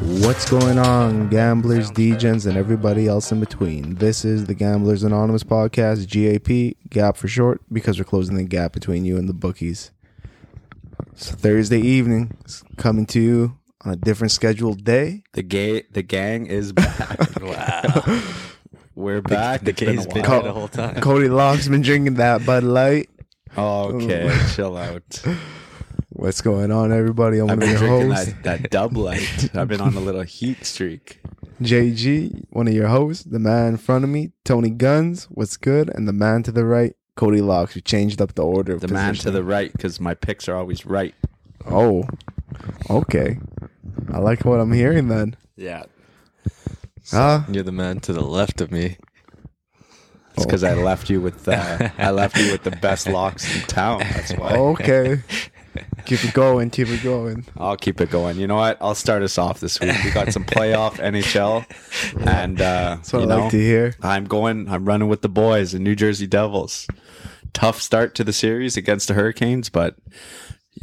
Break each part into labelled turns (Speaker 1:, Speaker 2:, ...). Speaker 1: What's going on, gamblers, degens, and everybody else in between? This is the Gamblers Anonymous podcast, GAP, GAP for short, because we're closing the gap between you and the bookies. It's Thursday evening, it's coming to you on a different scheduled day.
Speaker 2: The gay, the gang is back.
Speaker 3: Wow.
Speaker 2: We're back.
Speaker 3: the
Speaker 2: It's been
Speaker 3: gay's
Speaker 2: a
Speaker 3: been
Speaker 2: while.
Speaker 3: here the whole time.
Speaker 1: Cody Locke's been drinking that Bud Light.
Speaker 2: okay, chill out.
Speaker 1: What's going on, everybody? I'm
Speaker 2: I've
Speaker 1: one of
Speaker 2: been
Speaker 1: your
Speaker 2: drinking
Speaker 1: hosts,
Speaker 2: that, that dub light. I've been on a little heat streak.
Speaker 1: JG, one of your hosts, the man in front of me, Tony Guns, what's good, and the man to the right, Cody Locks. We changed up the order of
Speaker 2: The man to
Speaker 1: positioning.
Speaker 2: the right, because my picks are always right.
Speaker 1: Oh, okay. I like what I'm hearing then.
Speaker 2: Yeah,
Speaker 1: Huh?
Speaker 3: You're the man to the left of me.
Speaker 2: it's because
Speaker 3: Oh.
Speaker 2: I left you with uh, I left you with the best locks in town. That's why.
Speaker 3: Oh.
Speaker 1: Okay. keep it going. Keep it going.
Speaker 2: I'll keep it going. You know what? I'll start us off this week. We got some playoff NHL, and uh,
Speaker 1: That's what
Speaker 2: you
Speaker 1: I
Speaker 2: know,
Speaker 1: like to hear.
Speaker 2: I'm going. I'm running with the boys, the New Jersey Devils. Tough start to the series against the Hurricanes, but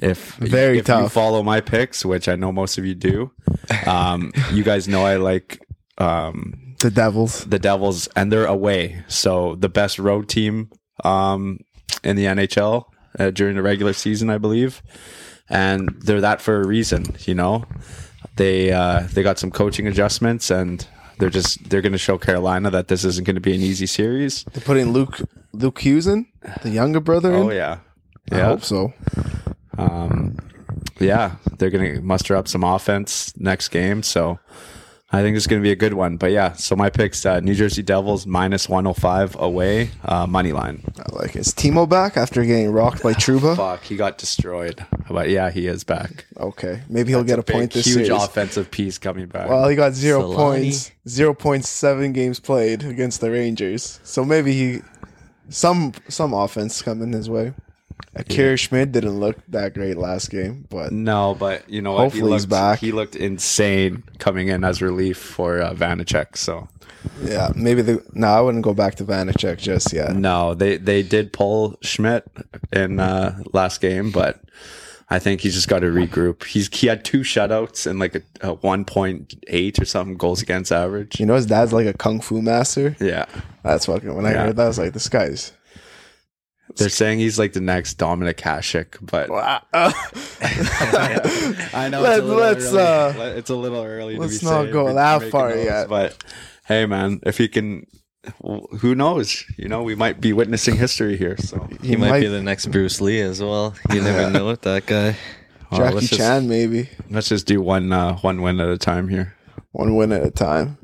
Speaker 2: if
Speaker 1: Very
Speaker 2: if you
Speaker 1: tough.
Speaker 2: follow my picks, which I know most of you do, um, you guys know I like um,
Speaker 1: The Devils.
Speaker 2: the Devils, and they're away, so the best road team um, in the NHL uh, during the regular season, I believe, and they're that for a reason. You know, they uh, they got some coaching adjustments and. They're just they're going to show Carolina that this isn't going to be an easy series.
Speaker 1: They're putting Luke Luke Hughes in, the younger brother.
Speaker 2: Oh
Speaker 1: in?
Speaker 2: yeah,
Speaker 1: I
Speaker 2: yeah,
Speaker 1: hope so.
Speaker 2: um, yeah. They're gonna muster up some offense next game, so I think it's gonna be a good one. But yeah, so my picks: uh, New Jersey Devils minus one hundred five away uh, money line.
Speaker 1: I like it. Is Timo back after getting rocked by Truba?
Speaker 2: Fuck, he got destroyed, but yeah, he is back.
Speaker 1: Okay, maybe he'll get a point
Speaker 2: Big,
Speaker 1: this
Speaker 2: huge
Speaker 1: series.
Speaker 2: offensive piece coming back.
Speaker 1: Well, he got zero
Speaker 3: Solani.
Speaker 1: points, zero point seven games played against the Rangers. So maybe he some some offense coming his way. Akira Schmidt didn't look that great last game, but
Speaker 2: no, but you know what?
Speaker 1: Hopefully
Speaker 2: he
Speaker 1: he's
Speaker 2: looked,
Speaker 1: back.
Speaker 2: He looked insane coming in as relief for uh, Vanacek. So
Speaker 1: yeah, maybe the no, I wouldn't go back to Vanacek just yet.
Speaker 2: No, they they did pull Schmidt in uh, last game, but I think he's just got to regroup. He's he had two shutouts and like a, a one point eight or something goals against average.
Speaker 1: You know his dad's like a kung fu master.
Speaker 2: Yeah,
Speaker 1: That's fucking when I
Speaker 2: Yeah.
Speaker 1: heard that I was like this guy's
Speaker 2: they're saying he's like the next Dominic Hasek, but I know
Speaker 1: Let's-
Speaker 2: it's a little
Speaker 1: let's,
Speaker 2: early.
Speaker 1: uh,
Speaker 2: Let- it's a little early.
Speaker 1: let's
Speaker 2: to be
Speaker 1: not
Speaker 2: saying-
Speaker 1: go
Speaker 2: be
Speaker 1: that
Speaker 2: making
Speaker 1: far
Speaker 2: those,
Speaker 1: yet.
Speaker 2: But hey, man, if he can, who knows? You know, we might be witnessing history here. So
Speaker 3: He, might, be the next Bruce Lee as well. You never know with that guy.
Speaker 2: All right,
Speaker 1: Jackie
Speaker 2: let's just-
Speaker 1: Chan maybe.
Speaker 2: let's just do one uh, one win at a time here.
Speaker 1: One win at a time.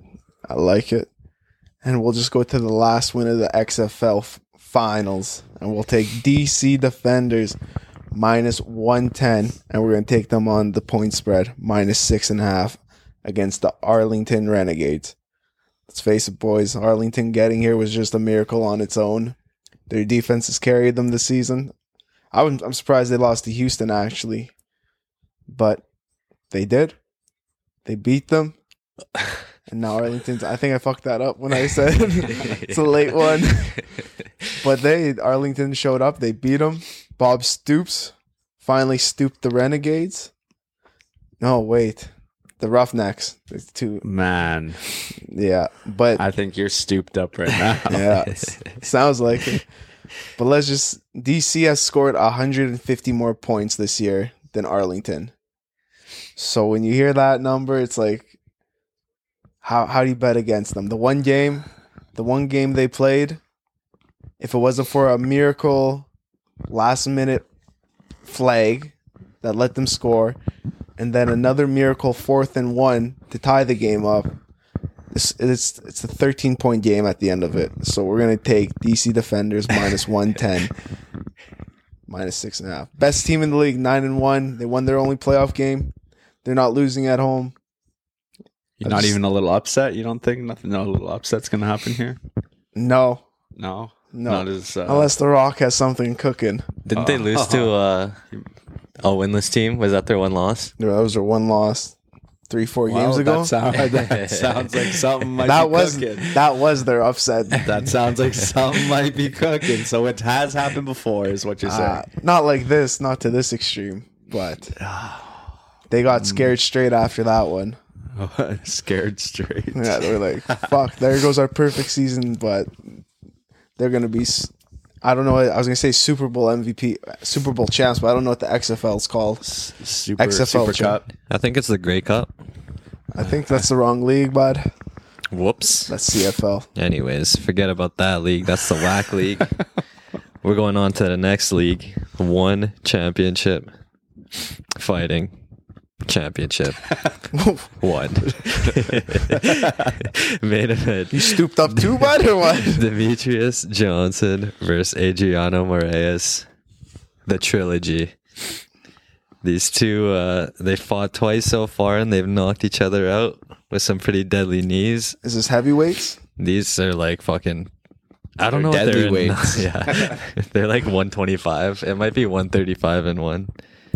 Speaker 1: I like it. And we'll just go to the last win of the XFL f- finals. And we'll take DC Defenders minus 110. And we're going to take them on the point spread minus six and a half against the Arlington Renegades. Let's face it, boys. Arlington getting here was just a miracle on its own. Their defense has carried them this season. I was, I'm surprised they lost to Houston, actually. But they did. They beat them. And now Arlington's. I think I fucked that up when I said it's a late one. But they Arlington showed up. They beat them. Bob Stoops finally stooped the Renegades. No, wait, the Roughnecks. It's two.
Speaker 2: Man,
Speaker 1: Yeah, but
Speaker 2: I think you're stooped up right now.
Speaker 1: yeah, it sounds like it. But let's just DC has scored 150 more points this year than Arlington. So when you hear that number, it's like how how do you bet against them? The one game, the one game they played, if it wasn't for a miracle last minute flag that let them score and then another miracle fourth and one to tie the game up it's, it's it's a 13 point game at the end of it. So we're gonna take DC Defenders minus 110, minus six and a half. Best team in the league, nine and one. They won their only playoff game. They're not losing at home.
Speaker 2: You're not
Speaker 1: just-
Speaker 2: even a little upset. You don't think nothing? No little upset's gonna happen here.
Speaker 1: No,
Speaker 2: No,
Speaker 1: no.
Speaker 2: Not as, uh,
Speaker 1: Unless The Rock has something cooking.
Speaker 3: Didn't they lose to uh, a winless team? Was that their one loss?
Speaker 1: Those are one loss, three four
Speaker 2: Wow,
Speaker 1: games ago.
Speaker 2: That, sound, that sounds like something. Might
Speaker 1: that
Speaker 2: be
Speaker 1: was
Speaker 2: cooking.
Speaker 1: that was their upset.
Speaker 2: That sounds like something might be cooking. So it has happened before, is what you're saying.
Speaker 1: Uh, not like this, not to this extreme, but they got scared straight after that one.
Speaker 2: Scared straight.
Speaker 1: Yeah, they were like, "Fuck, there goes our perfect season." But they're gonna be. s- I don't know. I was gonna say Super Bowl MVP, Super Bowl champs, but I don't know what the XFL is called.
Speaker 2: S- Super,
Speaker 1: XFL
Speaker 2: Super
Speaker 1: champ.
Speaker 2: Cup.
Speaker 3: I think it's the Grey Cup.
Speaker 1: I think that's the wrong league, bud.
Speaker 3: Whoops.
Speaker 1: That's CFL.
Speaker 3: Anyways, forget about that league. That's the whack league. We're going on to the next league. One championship. Fighting championship. One. Main event.
Speaker 1: You stooped up too, bud, or what?
Speaker 3: Demetrius Johnson versus Adriano Moraes, the trilogy. These two, uh, they fought twice so far, and they've knocked each other out with some pretty deadly knees.
Speaker 1: Is this heavyweights?
Speaker 3: These are like fucking. I
Speaker 2: They're
Speaker 3: don't know. what
Speaker 2: deadly
Speaker 3: they're in-
Speaker 2: weights.
Speaker 3: yeah, they're like 125. It might be 135 and one.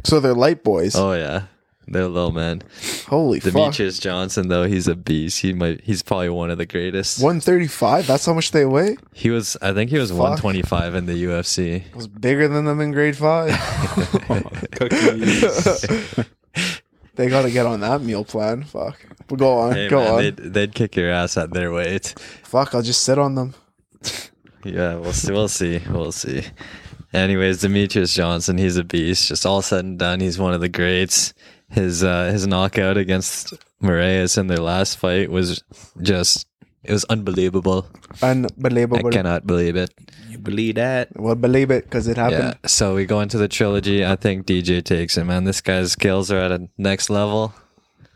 Speaker 1: So they're light boys.
Speaker 3: Oh yeah, they're low man.
Speaker 1: Holy fuck!
Speaker 3: Demetrius Johnson though, he's a beast. He might. He's probably one of the greatest.
Speaker 1: One thirty-five. That's how much they weigh.
Speaker 3: He was. I think he was 125 in the UFC.
Speaker 1: It was bigger than them in grade five.
Speaker 2: Cookies.
Speaker 1: they got to get on that meal plan. Fuck. But go on.
Speaker 3: Hey,
Speaker 1: go
Speaker 3: man,
Speaker 1: on.
Speaker 3: They'd, they'd kick your ass at their weight.
Speaker 1: Fuck. I'll just sit on them.
Speaker 3: Yeah, we'll see. We'll see. We'll see. Anyways, Demetrius Johnson, he's a beast. Just all said and done, he's one of the greats. His uh, his knockout against Moraes in their last fight was just it was unbelievable. I
Speaker 1: Unbelievable.
Speaker 3: cannot believe it.
Speaker 2: you believe that?
Speaker 1: Well, believe it because it
Speaker 3: Yeah.
Speaker 1: happened.
Speaker 3: So we go into the trilogy. I think DJ takes it, man. This guy's skills are at a next level.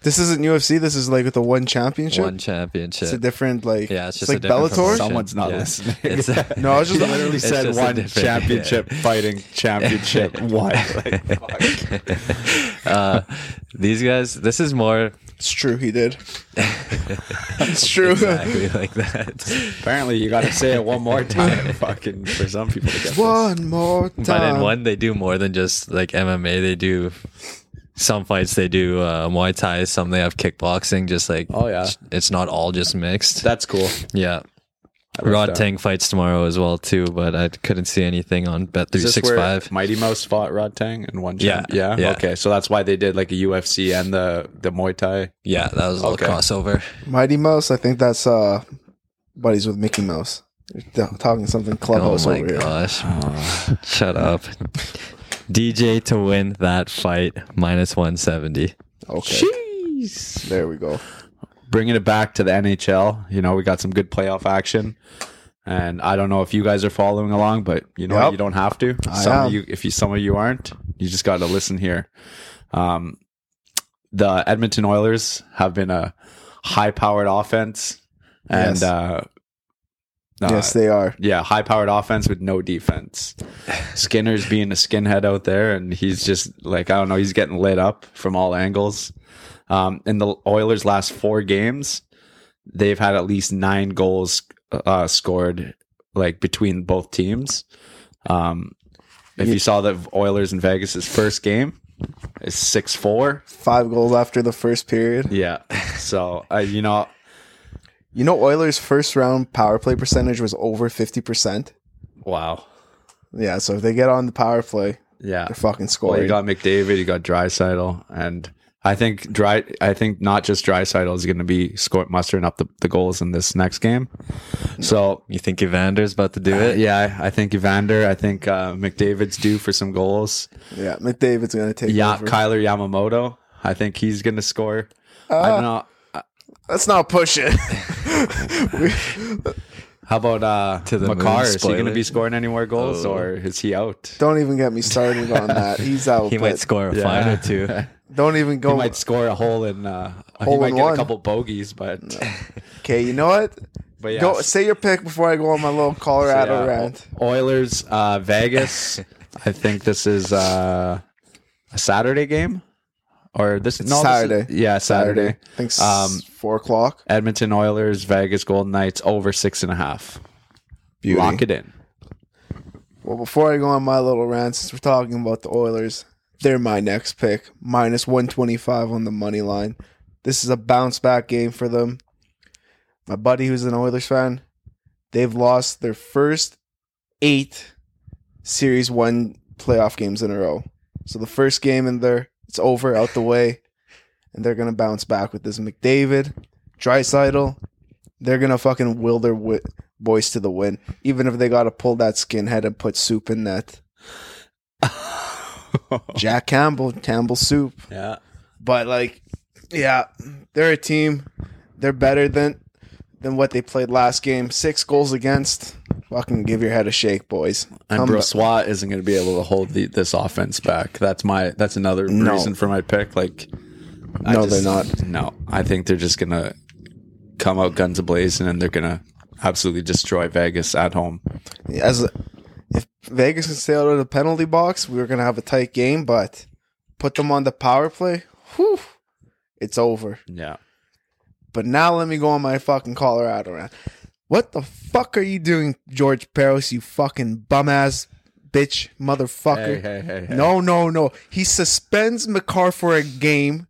Speaker 1: This isn't UFC. This is like with the one championship.
Speaker 3: One
Speaker 1: It's a
Speaker 3: championship.
Speaker 1: different like.
Speaker 3: Yeah, it's just a
Speaker 1: like
Speaker 3: different
Speaker 1: Bellator.
Speaker 3: promotion.
Speaker 2: Someone's not
Speaker 3: Yeah.
Speaker 2: listening.
Speaker 3: It's a-
Speaker 1: No, I was just
Speaker 2: He literally
Speaker 1: literally.
Speaker 3: It's
Speaker 2: said
Speaker 3: just a
Speaker 2: one
Speaker 3: different-
Speaker 2: championship fighting championship one. Like, fuck.
Speaker 3: uh, these guys. This is more
Speaker 1: It's true. He did. it's true.
Speaker 3: exactly like that.
Speaker 2: Apparently, you got to say it one more time, fucking, for some people to get this.
Speaker 1: One more time.
Speaker 3: But in one, they do more than just like MMA. They do some fights. They do uh, Muay Thai. Some they have kickboxing. Just like
Speaker 2: Oh, yeah.
Speaker 3: it's not all just mixed.
Speaker 2: That's cool.
Speaker 3: yeah.
Speaker 2: like
Speaker 3: Rod
Speaker 2: that.
Speaker 3: Tang fights tomorrow as well too, but I couldn't see anything on Bet three
Speaker 2: Is this
Speaker 3: six
Speaker 2: where
Speaker 3: five.
Speaker 2: Mighty Mouse fought Rod Tang and one
Speaker 3: Yeah,
Speaker 2: champ? Yeah.
Speaker 3: yeah.
Speaker 2: Okay. So that's why they did like a UFC and the, the Muay Thai.
Speaker 3: Yeah, that was a little
Speaker 2: Okay.
Speaker 3: crossover.
Speaker 1: Mighty Mouse. I think that's uh, buddies with Mickey Mouse. They're talking something clubhouse
Speaker 3: oh my
Speaker 1: over here.
Speaker 3: gosh!
Speaker 2: Oh.
Speaker 3: Shut up. DJ to win that fight minus one seventy.
Speaker 1: Okay.
Speaker 2: Jeez.
Speaker 1: There we go.
Speaker 2: Bringing it back to the NHL, you know, we got some good playoff action. And I don't know if you guys are following along, but you know,
Speaker 1: Yep.
Speaker 2: you don't have to.
Speaker 1: I
Speaker 2: some
Speaker 1: am.
Speaker 2: of you, if you, some of you aren't, you just got to listen here. Um, the Edmonton Oilers have been a high-powered offense, and
Speaker 1: Yes.
Speaker 2: uh, uh,
Speaker 1: yes, they are.
Speaker 2: yeah, high powered offense with no defense. Skinner's being a skinhead out there, and he's just like, I don't know, he's getting lit up from all angles. Um, in the Oilers' last four games, they've had at least nine goals uh, scored, like between both teams. Um, if you saw the Oilers in Vegas' first game, it's 6 4.
Speaker 1: Five goals after the first period.
Speaker 2: Yeah. So, uh, you know,
Speaker 1: You know, Oilers' first round power play percentage was over 50%.
Speaker 2: wow.
Speaker 1: Yeah, so if they get on the power play,
Speaker 2: Yeah.
Speaker 1: they're fucking
Speaker 3: Oh
Speaker 2: Well,
Speaker 1: scoring.
Speaker 2: you got McDavid, you got Drysidle, and I think dry. I think not just Drysidle is going to be score- mustering up the, the goals in this next game. So
Speaker 3: You think Evander's about to do
Speaker 2: uh,
Speaker 3: it?
Speaker 2: yeah, I I think Evander, I think uh, McDavid's due for some goals.
Speaker 1: yeah, McDavid's going to take
Speaker 2: Yeah,
Speaker 1: over.
Speaker 2: Kyler Yamamoto, I think he's going to score.
Speaker 1: Uh,
Speaker 2: I don't know.
Speaker 1: Let's not push it.
Speaker 2: How about uh,
Speaker 3: To the moon,
Speaker 2: Makar? Is he going to
Speaker 3: spoiler.
Speaker 2: be scoring any more goals, or is he out?
Speaker 1: Oh. Don't even get me started on that. He's out.
Speaker 3: He
Speaker 1: but
Speaker 3: might score a five or two.
Speaker 1: Don't even
Speaker 2: He
Speaker 1: go.
Speaker 2: might score a hole in. Uh, he
Speaker 1: Hole
Speaker 2: might
Speaker 1: in
Speaker 2: get
Speaker 1: one.
Speaker 2: a couple bogeys, but
Speaker 1: Okay, you know what?
Speaker 2: but yeah. uh,
Speaker 1: Go say your pick before I go on my little Colorado
Speaker 2: Yeah,
Speaker 1: rant.
Speaker 2: O- Oilers, uh, Vegas. I think this is uh, a Saturday game, or this no this is-
Speaker 1: Saturday.
Speaker 2: yeah, Saturday.
Speaker 1: Saturday. I think s-
Speaker 2: Um,
Speaker 1: four o'clock.
Speaker 2: Edmonton Oilers, Vegas Golden Knights over six and a half.
Speaker 1: Beauty.
Speaker 2: Lock it in.
Speaker 1: Well, before I go on my little rant, since we're talking about the Oilers, they're my next pick, minus 125 on the money line. This is a bounce back game for them. My buddy, who's an Oilers fan, they've lost their first eight Series 1 playoff games in a row. So the first game in there, it's over, out the way. and they're gonna bounce back with this McDavid, Drysital. They're gonna fucking will their wi- boys to the win, even if they gotta pull that skinhead and put soup in net. Jack Campbell, Campbell soup.
Speaker 2: yeah.
Speaker 1: But like, yeah, they're a team. They're better than than what they played last game. Six goals against. Fucking give your head a shake, boys.
Speaker 2: And
Speaker 1: Come
Speaker 2: Brossois isn't going to be able to hold the, this offense back. That's my. That's another
Speaker 1: No.
Speaker 2: reason for my pick. Like, I
Speaker 1: No,
Speaker 2: just-
Speaker 1: they're not.
Speaker 2: No, I think they're just going to come out guns ablazing, and they're going to absolutely destroy Vegas at home.
Speaker 1: as if Vegas can stay out of the penalty box, we were gonna have a tight game. But put them on the power play, whew, it's over.
Speaker 2: Yeah.
Speaker 1: But now let me go on my fucking Colorado rant. What the fuck are you doing, George Peros? You fucking bum ass bitch, motherfucker.
Speaker 2: hey, hey,
Speaker 1: No, no, no. He suspends McCarr for a game,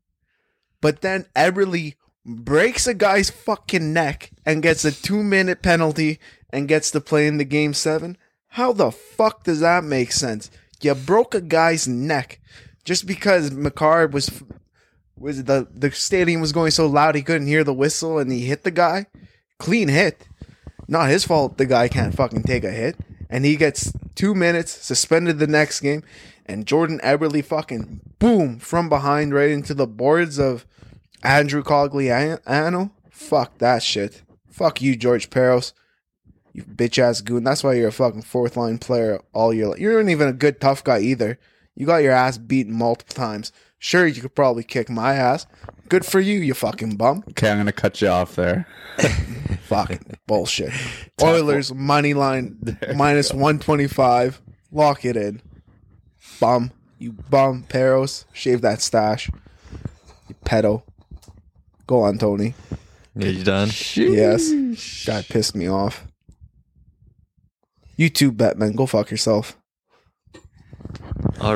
Speaker 1: but then Eberly breaks a guy's fucking neck and gets a two minute penalty and gets to play in the game seven. How the fuck does that make sense? You broke a guy's neck just because McCarr was was the the stadium was going so loud he couldn't hear the whistle and he hit the guy. Clean hit. Not his fault the guy can't fucking take a hit. And he gets two minutes, suspended the next game, and Jordan Eberly fucking boom from behind right into the boards of Andrew Cogliano. Fuck that shit. Fuck you, George Peros. You bitch ass goon. That's why you're a fucking fourth line player all year. Li- You aren't even a good tough guy either. You got your ass beaten multiple times. Sure, you could probably kick my ass. Good for you, you fucking bum.
Speaker 2: Okay, I'm going to cut you off there.
Speaker 1: Fucking bullshit. Oilers money line minus one twenty five. Lock it in. Bum, you bum, Peros. Shave that stash. You pedo. Go on, Tony.
Speaker 3: Are you done?
Speaker 1: Yes. Guy pissed me off. You too, Batman. Go fuck yourself.
Speaker 3: All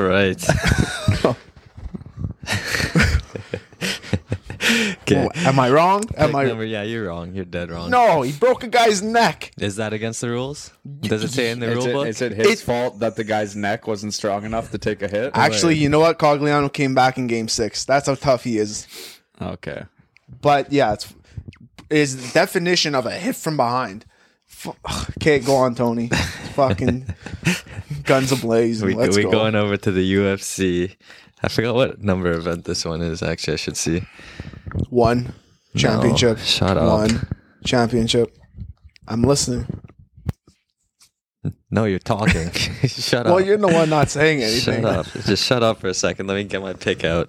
Speaker 3: right. okay.
Speaker 1: Oh, am I wrong? Am
Speaker 3: Pick
Speaker 1: I?
Speaker 3: number- yeah, you're wrong. You're dead wrong.
Speaker 1: No, he broke a guy's neck.
Speaker 3: Is that against the rules? Does it say in the
Speaker 2: Is
Speaker 3: rule
Speaker 2: it,
Speaker 3: book?
Speaker 2: is it his
Speaker 1: It-
Speaker 2: fault that the guy's neck wasn't strong enough to take a hit?
Speaker 1: Actually, you know what? Cogliano came back in game six. That's how tough he is.
Speaker 2: okay.
Speaker 1: But yeah, it's is the definition of a hit from behind. F- Okay, go on, Tony. Fucking guns ablaze.
Speaker 3: we,
Speaker 1: Let's
Speaker 3: we
Speaker 1: go.
Speaker 3: going over to the UFC. I forgot what number event this one is. Actually, I should see.
Speaker 1: One championship.
Speaker 3: shut up.
Speaker 1: One championship. I'm listening.
Speaker 3: No, you're talking. shut
Speaker 1: Well,
Speaker 3: up.
Speaker 1: you're the one not saying anything.
Speaker 3: shut up. Just shut up for a second. Let me get my pick out.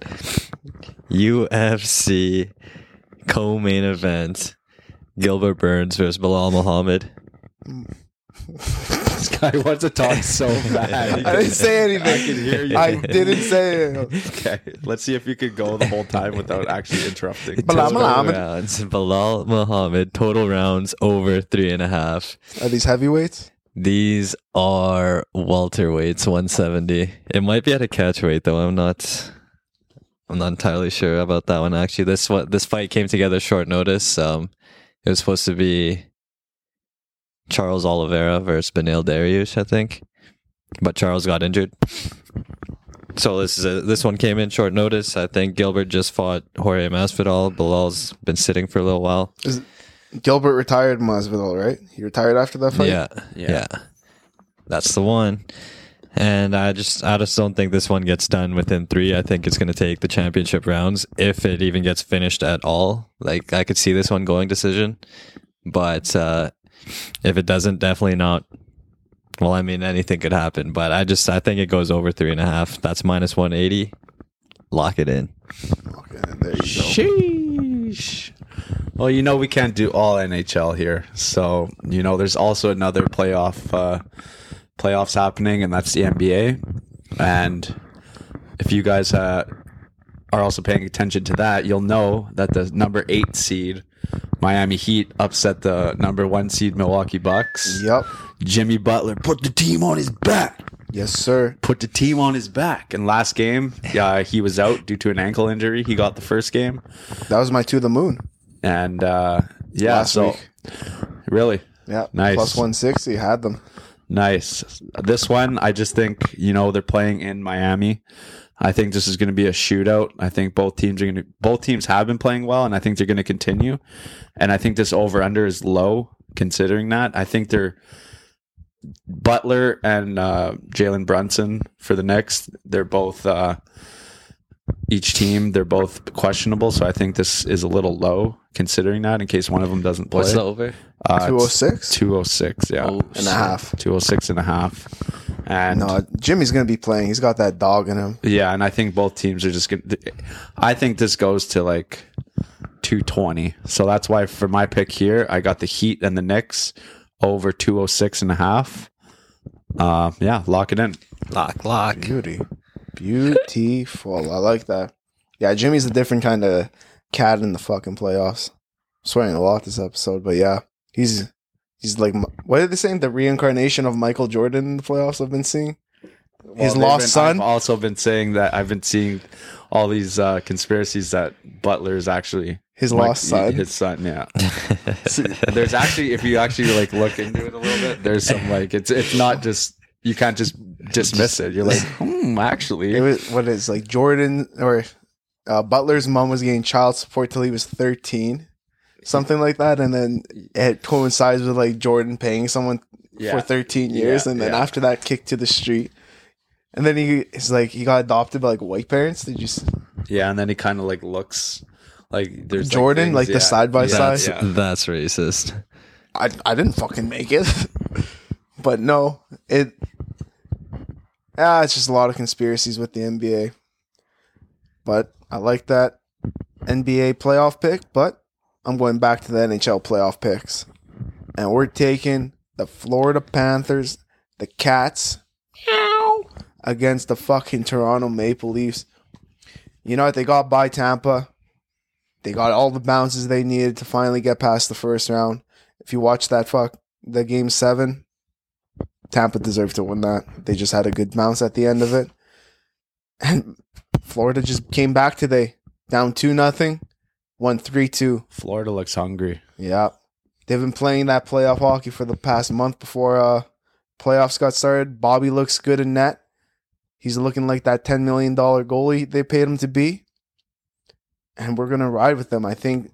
Speaker 3: UFC co-main event: Gilbert Burns versus Bilal Muhammad.
Speaker 2: This guy wants to talk so bad.
Speaker 1: I didn't say anything. I,
Speaker 2: can hear you.
Speaker 1: didn't say it.
Speaker 2: Okay, let's see if you could go the whole time without actually interrupting.
Speaker 1: Bilal
Speaker 3: Total
Speaker 1: Muhammad.
Speaker 3: rounds. Bilal Muhammad. Total rounds over three and a half.
Speaker 1: Are these heavyweights?
Speaker 3: These are welterweights, 170. It might be at a catch weight though. I'm not. I'm not entirely sure about that one. Actually, this what this fight came together short notice. Um, it was supposed to be Charles Oliveira versus Benil Dariush, I think, but Charles got injured. So this is a, this one came in short notice. I think Gilbert just fought Jorge Masvidal. Bilal's been sitting for a little while.
Speaker 1: Gilbert retired Masvidal, right? He retired after that fight.
Speaker 3: Yeah, yeah, That's the one. And I just, I just don't think this one gets done within three. I think it's going to take the championship rounds if it even gets finished at all. Like I could see this one going decision, but uh, if it doesn't, definitely not. Well, I mean, anything could happen, but I just, I think it goes over three and a half. That's minus one eighty. Lock it in.
Speaker 1: Okay, there you go.
Speaker 2: Sheesh. Well, you know we can't do all NHL here, so you know there's also another playoff uh, playoffs happening, and that's the NBA. And if you guys uh, are also paying attention to that, you'll know that the number eight seed Miami Heat upset the number one seed Milwaukee Bucks.
Speaker 1: Yep.
Speaker 2: Jimmy Butler put the team on his back
Speaker 1: Yes, sir.
Speaker 2: put the team on his back. And last game, uh, he was out due to an ankle injury. He got the first game,
Speaker 1: That was my two to the moon.
Speaker 2: and uh, yeah,
Speaker 1: Last
Speaker 2: so
Speaker 1: week.
Speaker 2: really
Speaker 1: Yeah.
Speaker 2: Nice.
Speaker 1: Plus 160 had them.
Speaker 2: Nice. This one, I just think, you know, they're playing in Miami. I think this is going to be a shootout. I think both teams are going to, both teams have been playing well, and I think they're going to continue. And I think this over under is low considering that. I think they're, Butler and uh, Jalen Brunson for the Knicks, they're both, uh, each team, they're both questionable. So I think this is a little low considering that in case one of them doesn't play.
Speaker 3: What's the over?
Speaker 2: Uh, it's
Speaker 1: 206
Speaker 2: 206, yeah.
Speaker 3: Oh,
Speaker 1: and a half.
Speaker 2: 206 and a half. And
Speaker 1: No, Jimmy's going to be playing. He's got that dog in him.
Speaker 2: yeah, and I think both teams are just going to. I think this goes to like 220. So that's why for my pick here, I got the Heat and the Knicks over 206 and a half. Uh, yeah, lock it in.
Speaker 3: Lock, lock.
Speaker 1: Beauty. Beautiful. I like that. Yeah, Jimmy's a different kind of cat in the fucking playoffs. I'm swearing a lot this episode, but yeah, he's he's like what are they saying? The reincarnation of Michael Jordan in the playoffs. I've been seeing his
Speaker 2: they've
Speaker 1: lost
Speaker 2: been-
Speaker 1: son.
Speaker 2: I've also been saying that I've been seeing all these uh, conspiracies that Butler is actually
Speaker 1: his
Speaker 2: Like,
Speaker 1: lost son.
Speaker 2: His son, yeah. So there's actually, if you actually like look into it a little bit, there's some like it's it's not just you can't just dismiss it. You're like,
Speaker 1: it
Speaker 2: hmm, actually,
Speaker 1: was what is like Jordan or uh, Butler's mom was getting child support till he was thirteen, something like that, and then it coincides with like Jordan paying someone
Speaker 2: Yeah.
Speaker 1: for thirteen years,
Speaker 2: Yeah,
Speaker 1: and then
Speaker 2: yeah.
Speaker 1: after that, kicked to the street, and then he is like he got adopted by like white parents. Did you s-
Speaker 2: yeah. And then he kind of like looks like there's
Speaker 1: Jordan, like, the
Speaker 2: yeah,
Speaker 1: side by
Speaker 2: yeah,
Speaker 1: side?
Speaker 3: That's
Speaker 2: yeah.
Speaker 3: that's racist.
Speaker 1: I I didn't fucking make it. but no, it ah, it's just a lot of conspiracies with the NBA. But I like that NBA playoff pick, but I'm going back to the NHL playoff picks. And we're taking the Florida Panthers, the Cats, against the fucking Toronto Maple Leafs. You know what? They got by Tampa. They got all the bounces they needed to finally get past the first round if you watch that fuck the game seven, Tampa deserved to win that. They just had a good bounce at the end of it, and Florida just came back today, down two nothing, won three two.
Speaker 2: Florida looks hungry.
Speaker 1: Yeah, they've been playing that playoff hockey for the past month before uh, playoffs got started. Bobby looks good in net. He's looking like that ten million dollar goalie they paid him to be, and we're gonna ride with them. I think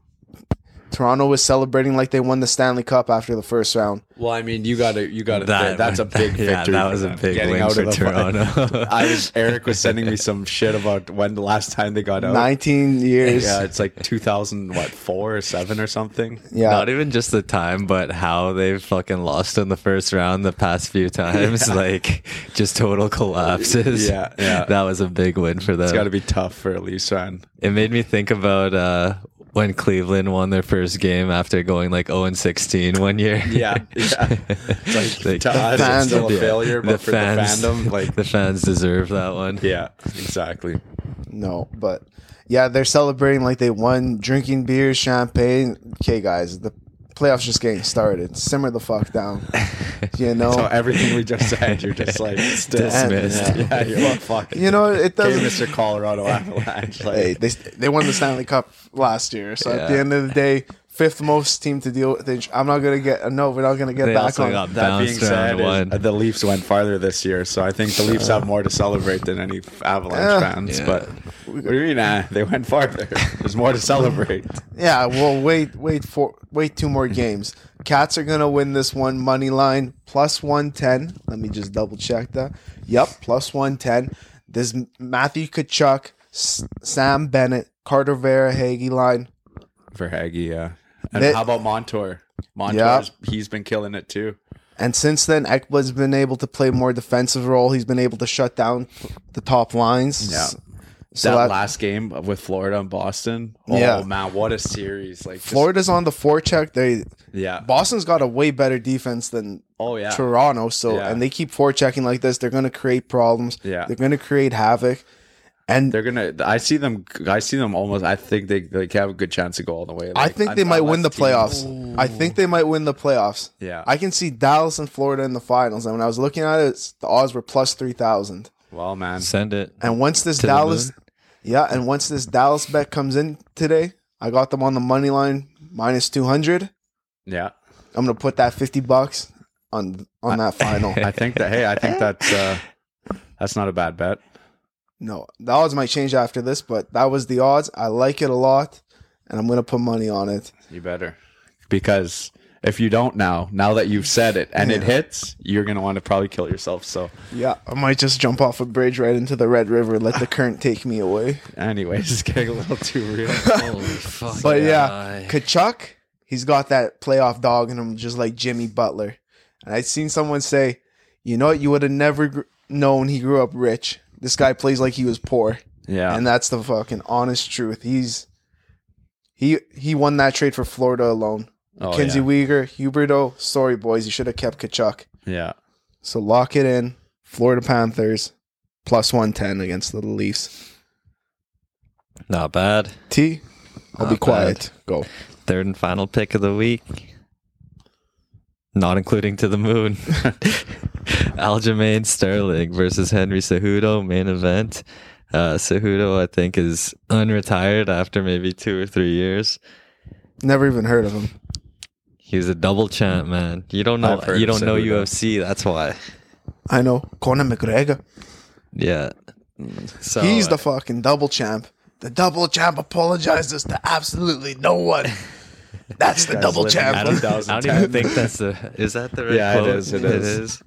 Speaker 1: Toronto was celebrating like they won the Stanley Cup after the first round.
Speaker 2: Well, I mean, you got to you got to. That's a big victory.
Speaker 3: Yeah, that
Speaker 2: for
Speaker 3: was a
Speaker 2: them,
Speaker 3: big
Speaker 2: getting
Speaker 3: win
Speaker 2: out
Speaker 3: for
Speaker 2: of the-
Speaker 3: Toronto.
Speaker 2: I was Eric was sending me some shit about when the last time they got out.
Speaker 1: Nineteen years.
Speaker 2: Yeah, it's like 2000 what four or seven or something.
Speaker 1: Yeah.
Speaker 3: Not even just the time, but how they've fucking lost in the first round the past few times. Like, just total collapses.
Speaker 2: Yeah, yeah.
Speaker 3: That was a big win for them.
Speaker 2: It's got to be tough for a Leafs fan.
Speaker 3: it made me think about uh, when Cleveland won their first game after going like 0 and 16 one year.
Speaker 2: Yeah, yeah. It's like,
Speaker 3: Like,
Speaker 2: to
Speaker 3: the
Speaker 1: fans-
Speaker 2: us, it's still a
Speaker 1: yeah.
Speaker 2: failure, but for the fandom, like,
Speaker 3: the fans deserve that one.
Speaker 2: yeah, exactly.
Speaker 1: No, but yeah, they're celebrating like they won, drinking beer, champagne. Okay, guys, the playoffs just getting started. Simmer the fuck down. You know,
Speaker 2: So everything we just said, you're just like still
Speaker 3: Dismissed.
Speaker 2: Yeah, you're like, fuck.
Speaker 1: you know it
Speaker 2: okay,
Speaker 1: doesn't.
Speaker 2: Mr. Colorado Avalanche. Like,
Speaker 1: Hey, they they won the Stanley Cup last year, so at the
Speaker 3: Yeah.
Speaker 1: end of the day, fifth most team to deal with. it. I'm not gonna get no. We're not gonna get
Speaker 3: They
Speaker 1: back
Speaker 3: also
Speaker 1: on.
Speaker 3: got
Speaker 2: that being
Speaker 3: bounced
Speaker 2: said,
Speaker 3: round
Speaker 2: is-
Speaker 3: one.
Speaker 2: the Leafs went farther this year, so I think the Leafs have more to celebrate than any Avalanche
Speaker 1: Yeah.
Speaker 2: fans.
Speaker 3: Yeah.
Speaker 2: But what do you mean, nah, they went farther. There's more to celebrate.
Speaker 1: Yeah, well, wait, wait for wait two more games. Cats are gonna win this one money line plus one ten. Let me just double check that. Yep, plus one ten. This Matthew Kachuk, S- Sam Bennett, Carter Vera, Hagee line.
Speaker 2: for Hagee. Yeah. And
Speaker 1: They-
Speaker 2: how about Montour? Montour's he's been killing it too.
Speaker 1: And since then, Ekblad's been able to play more defensive role. He's been able to shut down the top lines.
Speaker 2: Yeah.
Speaker 1: So
Speaker 2: that,
Speaker 1: that-
Speaker 2: last game with Florida and Boston. Oh
Speaker 1: Yeah.
Speaker 2: man, what a series! Like just-
Speaker 1: Florida's on the forecheck. They
Speaker 2: yeah.
Speaker 1: Boston's got a way better defense than
Speaker 2: Oh yeah,
Speaker 1: Toronto. So
Speaker 2: Yeah.
Speaker 1: and they keep forechecking like this, they're going to create problems.
Speaker 2: Yeah.
Speaker 1: they're going to create havoc. And
Speaker 2: they're gonna. I see them. I see them almost. I think they like have a good chance to go all the way.
Speaker 1: I
Speaker 2: Like,
Speaker 1: think they might win the
Speaker 2: unless
Speaker 1: playoffs.
Speaker 2: teams-
Speaker 1: I think they might win the playoffs.
Speaker 2: Yeah.
Speaker 1: I can see Dallas and Florida in the finals. And when I was looking at it, it's- the odds were plus three thousand.
Speaker 2: well, man.
Speaker 3: Send it.
Speaker 1: And once this
Speaker 3: To the
Speaker 1: Dallas,
Speaker 3: moon.
Speaker 1: yeah, and once this Dallas bet comes in today, I got them on the money line minus two hundred.
Speaker 2: Yeah.
Speaker 1: I'm gonna put that fifty bucks on on that final.
Speaker 2: I think that hey, I think that's uh, that's not a bad bet.
Speaker 1: No, the odds might change after this, but that was the odds. I like it a lot, and I'm gonna put money on it.
Speaker 2: You better because if you don't now, now that you've said it and it hits, you're gonna want to probably kill yourself. So,
Speaker 1: Yeah, I might just jump off a bridge right into the Red River, let the current take me away.
Speaker 2: anyways, it's getting a little too real.
Speaker 3: Holy fuck.
Speaker 1: But yeah, Kachuk, he's got that playoff dog in him, just like Jimmy Butler. And I'd seen someone say, you know what, you would have never gr- known he grew up rich. This guy plays like he was poor.
Speaker 2: Yeah,
Speaker 1: And that's the fucking honest truth. He's he he won that trade for Florida alone.
Speaker 2: oh,
Speaker 1: Kinsey
Speaker 2: yeah.
Speaker 1: Weger, Huberto, sorry boys, you should have kept Kachuk.
Speaker 2: yeah,
Speaker 1: So lock it in. Florida Panthers plus 110 against the Leafs.
Speaker 3: Not bad.
Speaker 1: T, I'll be
Speaker 3: Not bad.
Speaker 1: quiet. Go.
Speaker 3: Third and final pick of the week. Not including to the moon. Aljamain Sterling versus Henry Cejudo, main event. Uh, Cejudo, I think, is unretired after maybe two or three years.
Speaker 1: Never even heard of him.
Speaker 3: He's a double champ, man. You don't know.
Speaker 2: I've heard
Speaker 3: You
Speaker 2: of
Speaker 3: don't know
Speaker 2: Cejudo.
Speaker 3: UFC. That's why.
Speaker 1: I know. Conor McGregor.
Speaker 3: Yeah. So
Speaker 1: He's
Speaker 3: uh,
Speaker 1: the fucking double champ. The double champ apologizes to absolutely no one. That's the double
Speaker 2: living
Speaker 1: champ.
Speaker 2: in
Speaker 3: I don't, I don't
Speaker 2: 2010.
Speaker 3: even think that's the. Is that the right
Speaker 2: Yeah, it
Speaker 3: quote?
Speaker 2: is, it is.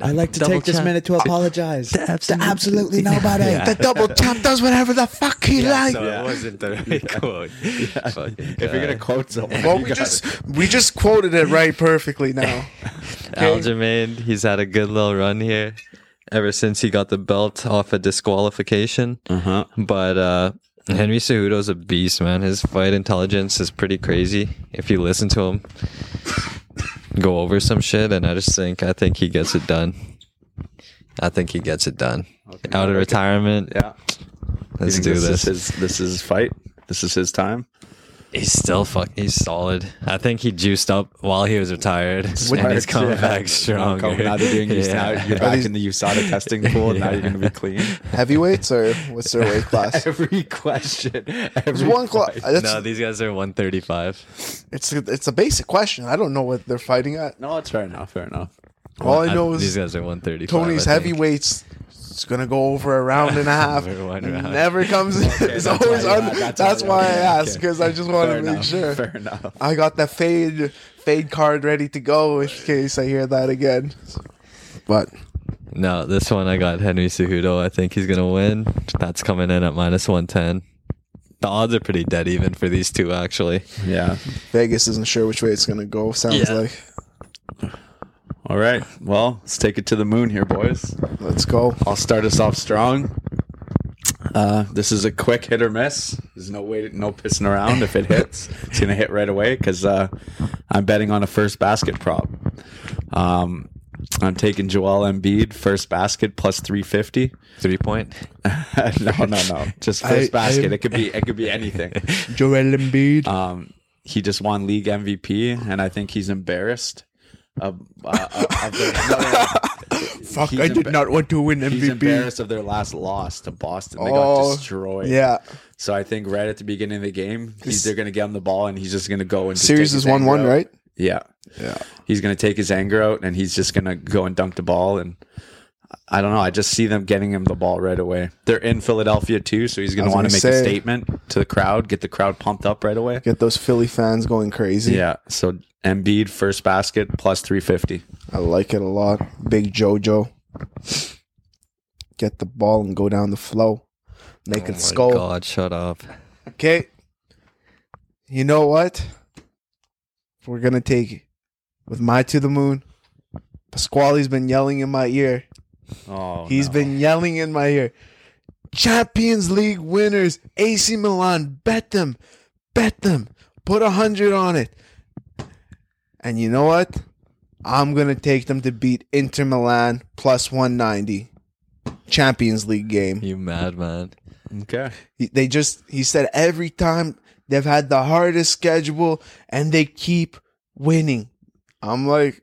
Speaker 3: I'd like to take this minute to apologize to absolutely, nobody.
Speaker 1: double champ does whatever the fuck he likes.
Speaker 3: So
Speaker 2: Yeah.
Speaker 3: it wasn't the right quote. Fucking
Speaker 2: if you're
Speaker 3: guy.
Speaker 2: gonna quote someone,
Speaker 1: Well,
Speaker 2: you
Speaker 1: we
Speaker 2: gotta-
Speaker 1: just we just quoted it right perfectly now.
Speaker 3: Aljamain, he's had a good little run here ever since he got the belt off a disqualification.
Speaker 2: Uh-huh.
Speaker 3: But uh, Henry Cejudo's a beast, man. His fight intelligence is pretty crazy. If you listen to him go over some shit, and I just think I think he gets it done. I think he gets it done. Out of retirement,
Speaker 2: yeah.
Speaker 3: let's
Speaker 2: You
Speaker 3: do
Speaker 2: think
Speaker 3: this.
Speaker 2: Is his, this is his fight. This is his time.
Speaker 3: He's still fuck. He's solid. I think he juiced up while he was retired, and he's coming
Speaker 2: Yeah.
Speaker 3: back strong.
Speaker 2: Come- Now they're doing you now you're
Speaker 1: Are
Speaker 2: back
Speaker 1: these-
Speaker 2: in the USADA testing pool. and Now you're going to be clean.
Speaker 1: Heavyweights or what's their weight class?
Speaker 2: Every question.
Speaker 1: There's
Speaker 2: Every
Speaker 1: one class.
Speaker 2: fight.
Speaker 1: It's,
Speaker 3: No, these guys are 135.
Speaker 1: it's a- it's a basic question. I don't know what they're fighting at.
Speaker 2: No, it's fair enough. Fair enough.
Speaker 1: All I know
Speaker 3: these
Speaker 1: is
Speaker 3: guys are 135.
Speaker 1: Tony's
Speaker 3: I think.
Speaker 1: heavyweights. It's gonna go over a round and a half.
Speaker 3: Over one
Speaker 1: It
Speaker 3: round.
Speaker 1: Never comes. it's
Speaker 2: that's
Speaker 1: always
Speaker 2: why-
Speaker 1: on.
Speaker 2: yeah,
Speaker 1: That's,
Speaker 2: that's why-
Speaker 1: why I
Speaker 2: okay,
Speaker 1: asked
Speaker 2: okay.
Speaker 1: because I just want
Speaker 2: Fair
Speaker 1: to make
Speaker 2: enough.
Speaker 1: sure.
Speaker 2: Fair enough.
Speaker 1: I got the fade fade card ready to go in case I hear that again. But
Speaker 3: No, this one I got Henry Cejudo. I think he's gonna win. That's coming in at minus 110. The odds are pretty dead even for these two, actually.
Speaker 2: Yeah.
Speaker 1: Vegas isn't sure which way it's gonna go. Sounds
Speaker 3: Yeah.
Speaker 1: like
Speaker 2: All right. Well, let's take it to the moon here, boys.
Speaker 1: let's go.
Speaker 2: I'll start us off strong. Uh, this is a quick hit or miss. There's no way, no pissing around. If it hits, it's gonna hit right away because uh, I'm betting on a first basket prop. Um, I'm taking Joel Embiid first basket plus 350.
Speaker 3: Three point.
Speaker 2: no, no, no, just first
Speaker 1: I-
Speaker 2: basket.
Speaker 1: I'm-
Speaker 2: it could be, it could be anything.
Speaker 1: Joel Embiid.
Speaker 2: Um, he just won league MVP, and I think he's embarrassed. Of, uh, of their, no, no, no.
Speaker 1: Fuck!
Speaker 2: he's
Speaker 1: I did
Speaker 2: embar-
Speaker 1: not want to win
Speaker 2: He's
Speaker 1: MVP.
Speaker 2: embarrassed of their last loss to Boston. They
Speaker 1: Oh,
Speaker 2: got destroyed.
Speaker 1: Yeah,
Speaker 2: So I think right at the beginning of the game, he's, they're going to get him the ball and he's just going to go and just take
Speaker 1: series
Speaker 2: his
Speaker 1: is one
Speaker 2: anger
Speaker 1: one,
Speaker 2: out.
Speaker 1: right?
Speaker 2: Yeah,
Speaker 1: Yeah.
Speaker 2: he's going to take his anger out and he's just going to go and dunk the ball. And I don't know. I just see them getting him the ball right away. They're in Philadelphia too, so he's going
Speaker 1: I
Speaker 2: to
Speaker 1: was
Speaker 2: want
Speaker 1: gonna
Speaker 2: to make
Speaker 1: say.
Speaker 2: a statement to the crowd, get the crowd pumped up right away.
Speaker 1: Get those Philly fans going crazy.
Speaker 2: Yeah. So Embiid first basket plus three fifty.
Speaker 1: I like it a lot. Big JoJo. Get the ball and go down the flow. Make
Speaker 3: Oh my
Speaker 1: it score.
Speaker 3: God, shut up.
Speaker 1: Okay. You know what? We're gonna take it with my to the moon. Pasquale's been yelling in my ear.
Speaker 2: Oh,
Speaker 1: He's been yelling in my ear. Champions League winners, AC Milan, bet them, bet them, put a hundred on it. And you know what? I'm gonna take them to beat Inter Milan plus 190. Champions League game.
Speaker 3: You madman.
Speaker 2: okay.
Speaker 1: He- they just he said every time they've had the hardest schedule and they keep winning i'm like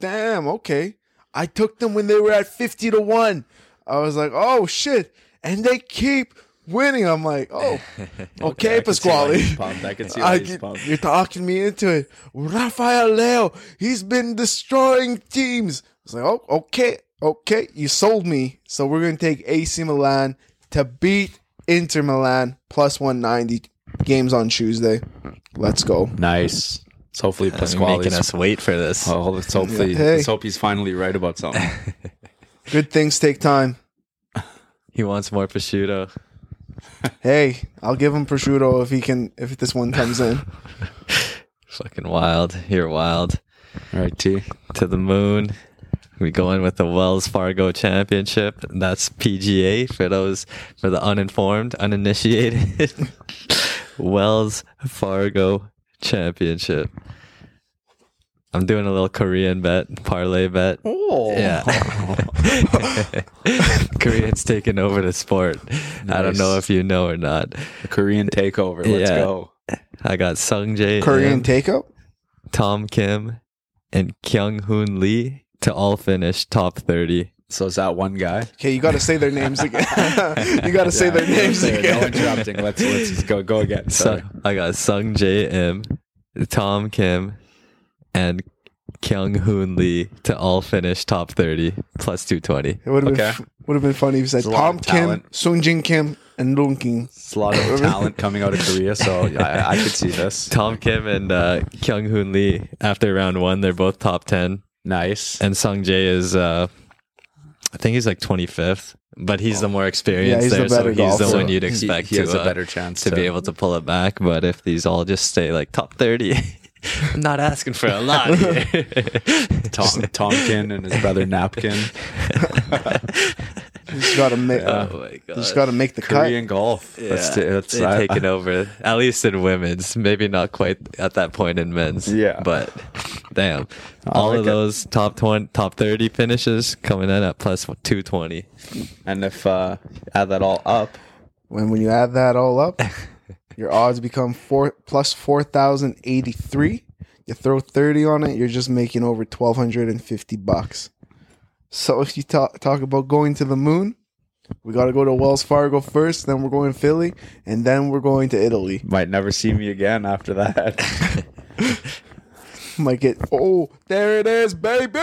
Speaker 1: damn okay i took them when they were at 50 to 1 i was like oh shit and they keep winning. I'm like, oh, okay, Pasquale.
Speaker 2: I can see
Speaker 1: I
Speaker 2: why he's
Speaker 1: get-
Speaker 2: pumped.
Speaker 1: you're talking me into it. Rafael Leo, he's been destroying teams. I was like, oh, okay, okay, you sold me. So we're gonna take AC Milan to beat Inter Milan plus 190 games on Tuesday. Let's go.
Speaker 2: Nice. It's hopefully Pasquale.
Speaker 3: making us wait for this.
Speaker 2: Oh, let's hopefully.
Speaker 1: Hey.
Speaker 2: Let's hope he's finally right about something.
Speaker 1: Good things take time.
Speaker 3: He wants more prosciutto.
Speaker 1: Hey, I'll give him prosciutto if he can if this one comes in.
Speaker 3: Fucking wild. You're wild.
Speaker 2: All right, T.
Speaker 3: To the moon. We go in with the Wells Fargo Championship. That's PGA for those for the uninformed, uninitiated. Wells Fargo Championship. I'm doing a little Korean bet, parlay bet.
Speaker 2: Oh.
Speaker 3: Yeah. Koreans taking over the sport. I don't know
Speaker 2: Nice.
Speaker 3: if you know or not.
Speaker 2: The Korean takeover. Let's
Speaker 3: Yeah.
Speaker 2: go.
Speaker 3: I got Sung Jae,
Speaker 1: Korean
Speaker 3: Korean,
Speaker 1: takeout?
Speaker 3: Tom Kim, and Kyung Hoon Lee to all finish top 30.
Speaker 2: So is that one guy?
Speaker 1: Okay, you gotta say their names again. you gotta say their names
Speaker 2: Sorry, No
Speaker 1: again.
Speaker 2: interrupting. Let's let's just go go again.
Speaker 3: So
Speaker 2: Sorry.
Speaker 3: I got Sung Jae Im, Tom Kim, and Kyung Hoon Lee to all finish top 30 plus 220.
Speaker 1: It would have
Speaker 2: Okay.
Speaker 1: been would have been funny if you said
Speaker 2: a lot
Speaker 1: Tom
Speaker 2: of
Speaker 1: Kim,
Speaker 2: talent.
Speaker 1: Sung Jin Kim, and Lung Kim.
Speaker 2: It's a lot of talent coming out of Korea, so I, I could see this.
Speaker 3: Tom Kim and uh, Kyung Hoon Lee, after round one, they're both top 10.
Speaker 2: Nice.
Speaker 3: And Sung Jae is, uh, I think he's like 25th, but he's the more
Speaker 1: Yeah,
Speaker 3: experienced
Speaker 1: he's the
Speaker 3: there, so
Speaker 1: better
Speaker 3: he's the
Speaker 1: golfer.
Speaker 3: one you'd
Speaker 2: He-
Speaker 3: expect
Speaker 2: he,
Speaker 3: to
Speaker 2: has a
Speaker 3: uh,
Speaker 2: better chance
Speaker 3: to be able to pull it back. But if these all just stay like top 30, I'm not asking for a lot here.
Speaker 2: Tom, Tomkin and his brother Napkin.
Speaker 1: You just gotta make
Speaker 3: oh my
Speaker 1: you just
Speaker 3: God.
Speaker 1: gotta make the
Speaker 2: Korean golf.
Speaker 3: Yeah,
Speaker 2: That's, that's
Speaker 3: they
Speaker 2: I-
Speaker 3: take it over. At least in women's, maybe not quite at that point in men's.
Speaker 2: Yeah.
Speaker 3: but damn, all
Speaker 2: like
Speaker 3: of
Speaker 2: it.
Speaker 3: those top twenty, top thirty finishes coming in at plus two twenty.
Speaker 2: And if uh, add that all up,
Speaker 1: cut. When when you add that all up, your odds become four plus four thousand eighty three. You throw thirty on it, you're just making over twelve hundred and fifty bucks. So if you talk talk about going to the moon, we gotta go to Wells Fargo first, then we're going to Philly, and then we're going to Italy.
Speaker 2: might never see me again after that.
Speaker 1: Might get oh, there it is, baby!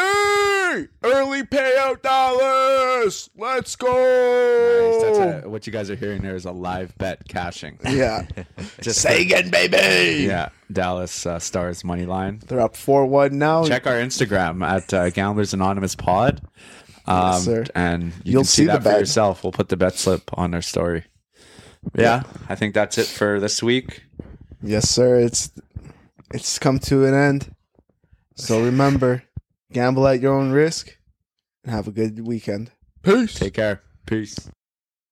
Speaker 1: Early payout dollars. Let's go.
Speaker 2: Nice.
Speaker 1: Oh.
Speaker 2: That's a, what you guys are hearing there is a live bet cashing.
Speaker 1: yeah.
Speaker 2: Just
Speaker 1: again, baby.
Speaker 2: yeah, Dallas uh, Stars money line.
Speaker 1: They're up four one now.
Speaker 2: Check our Instagram at uh, Gamblers Anonymous Pod, um,
Speaker 1: sir.
Speaker 2: and you
Speaker 1: You'll
Speaker 2: can see,
Speaker 1: see the
Speaker 2: that for
Speaker 1: bet.
Speaker 2: yourself. We'll put the bet slip on our story. Yeah, I think that's it for this week.
Speaker 1: Yes, sir. It's it's come to an end. So remember, gamble at your own risk and have a good weekend. Peace.
Speaker 2: Take care. Peace.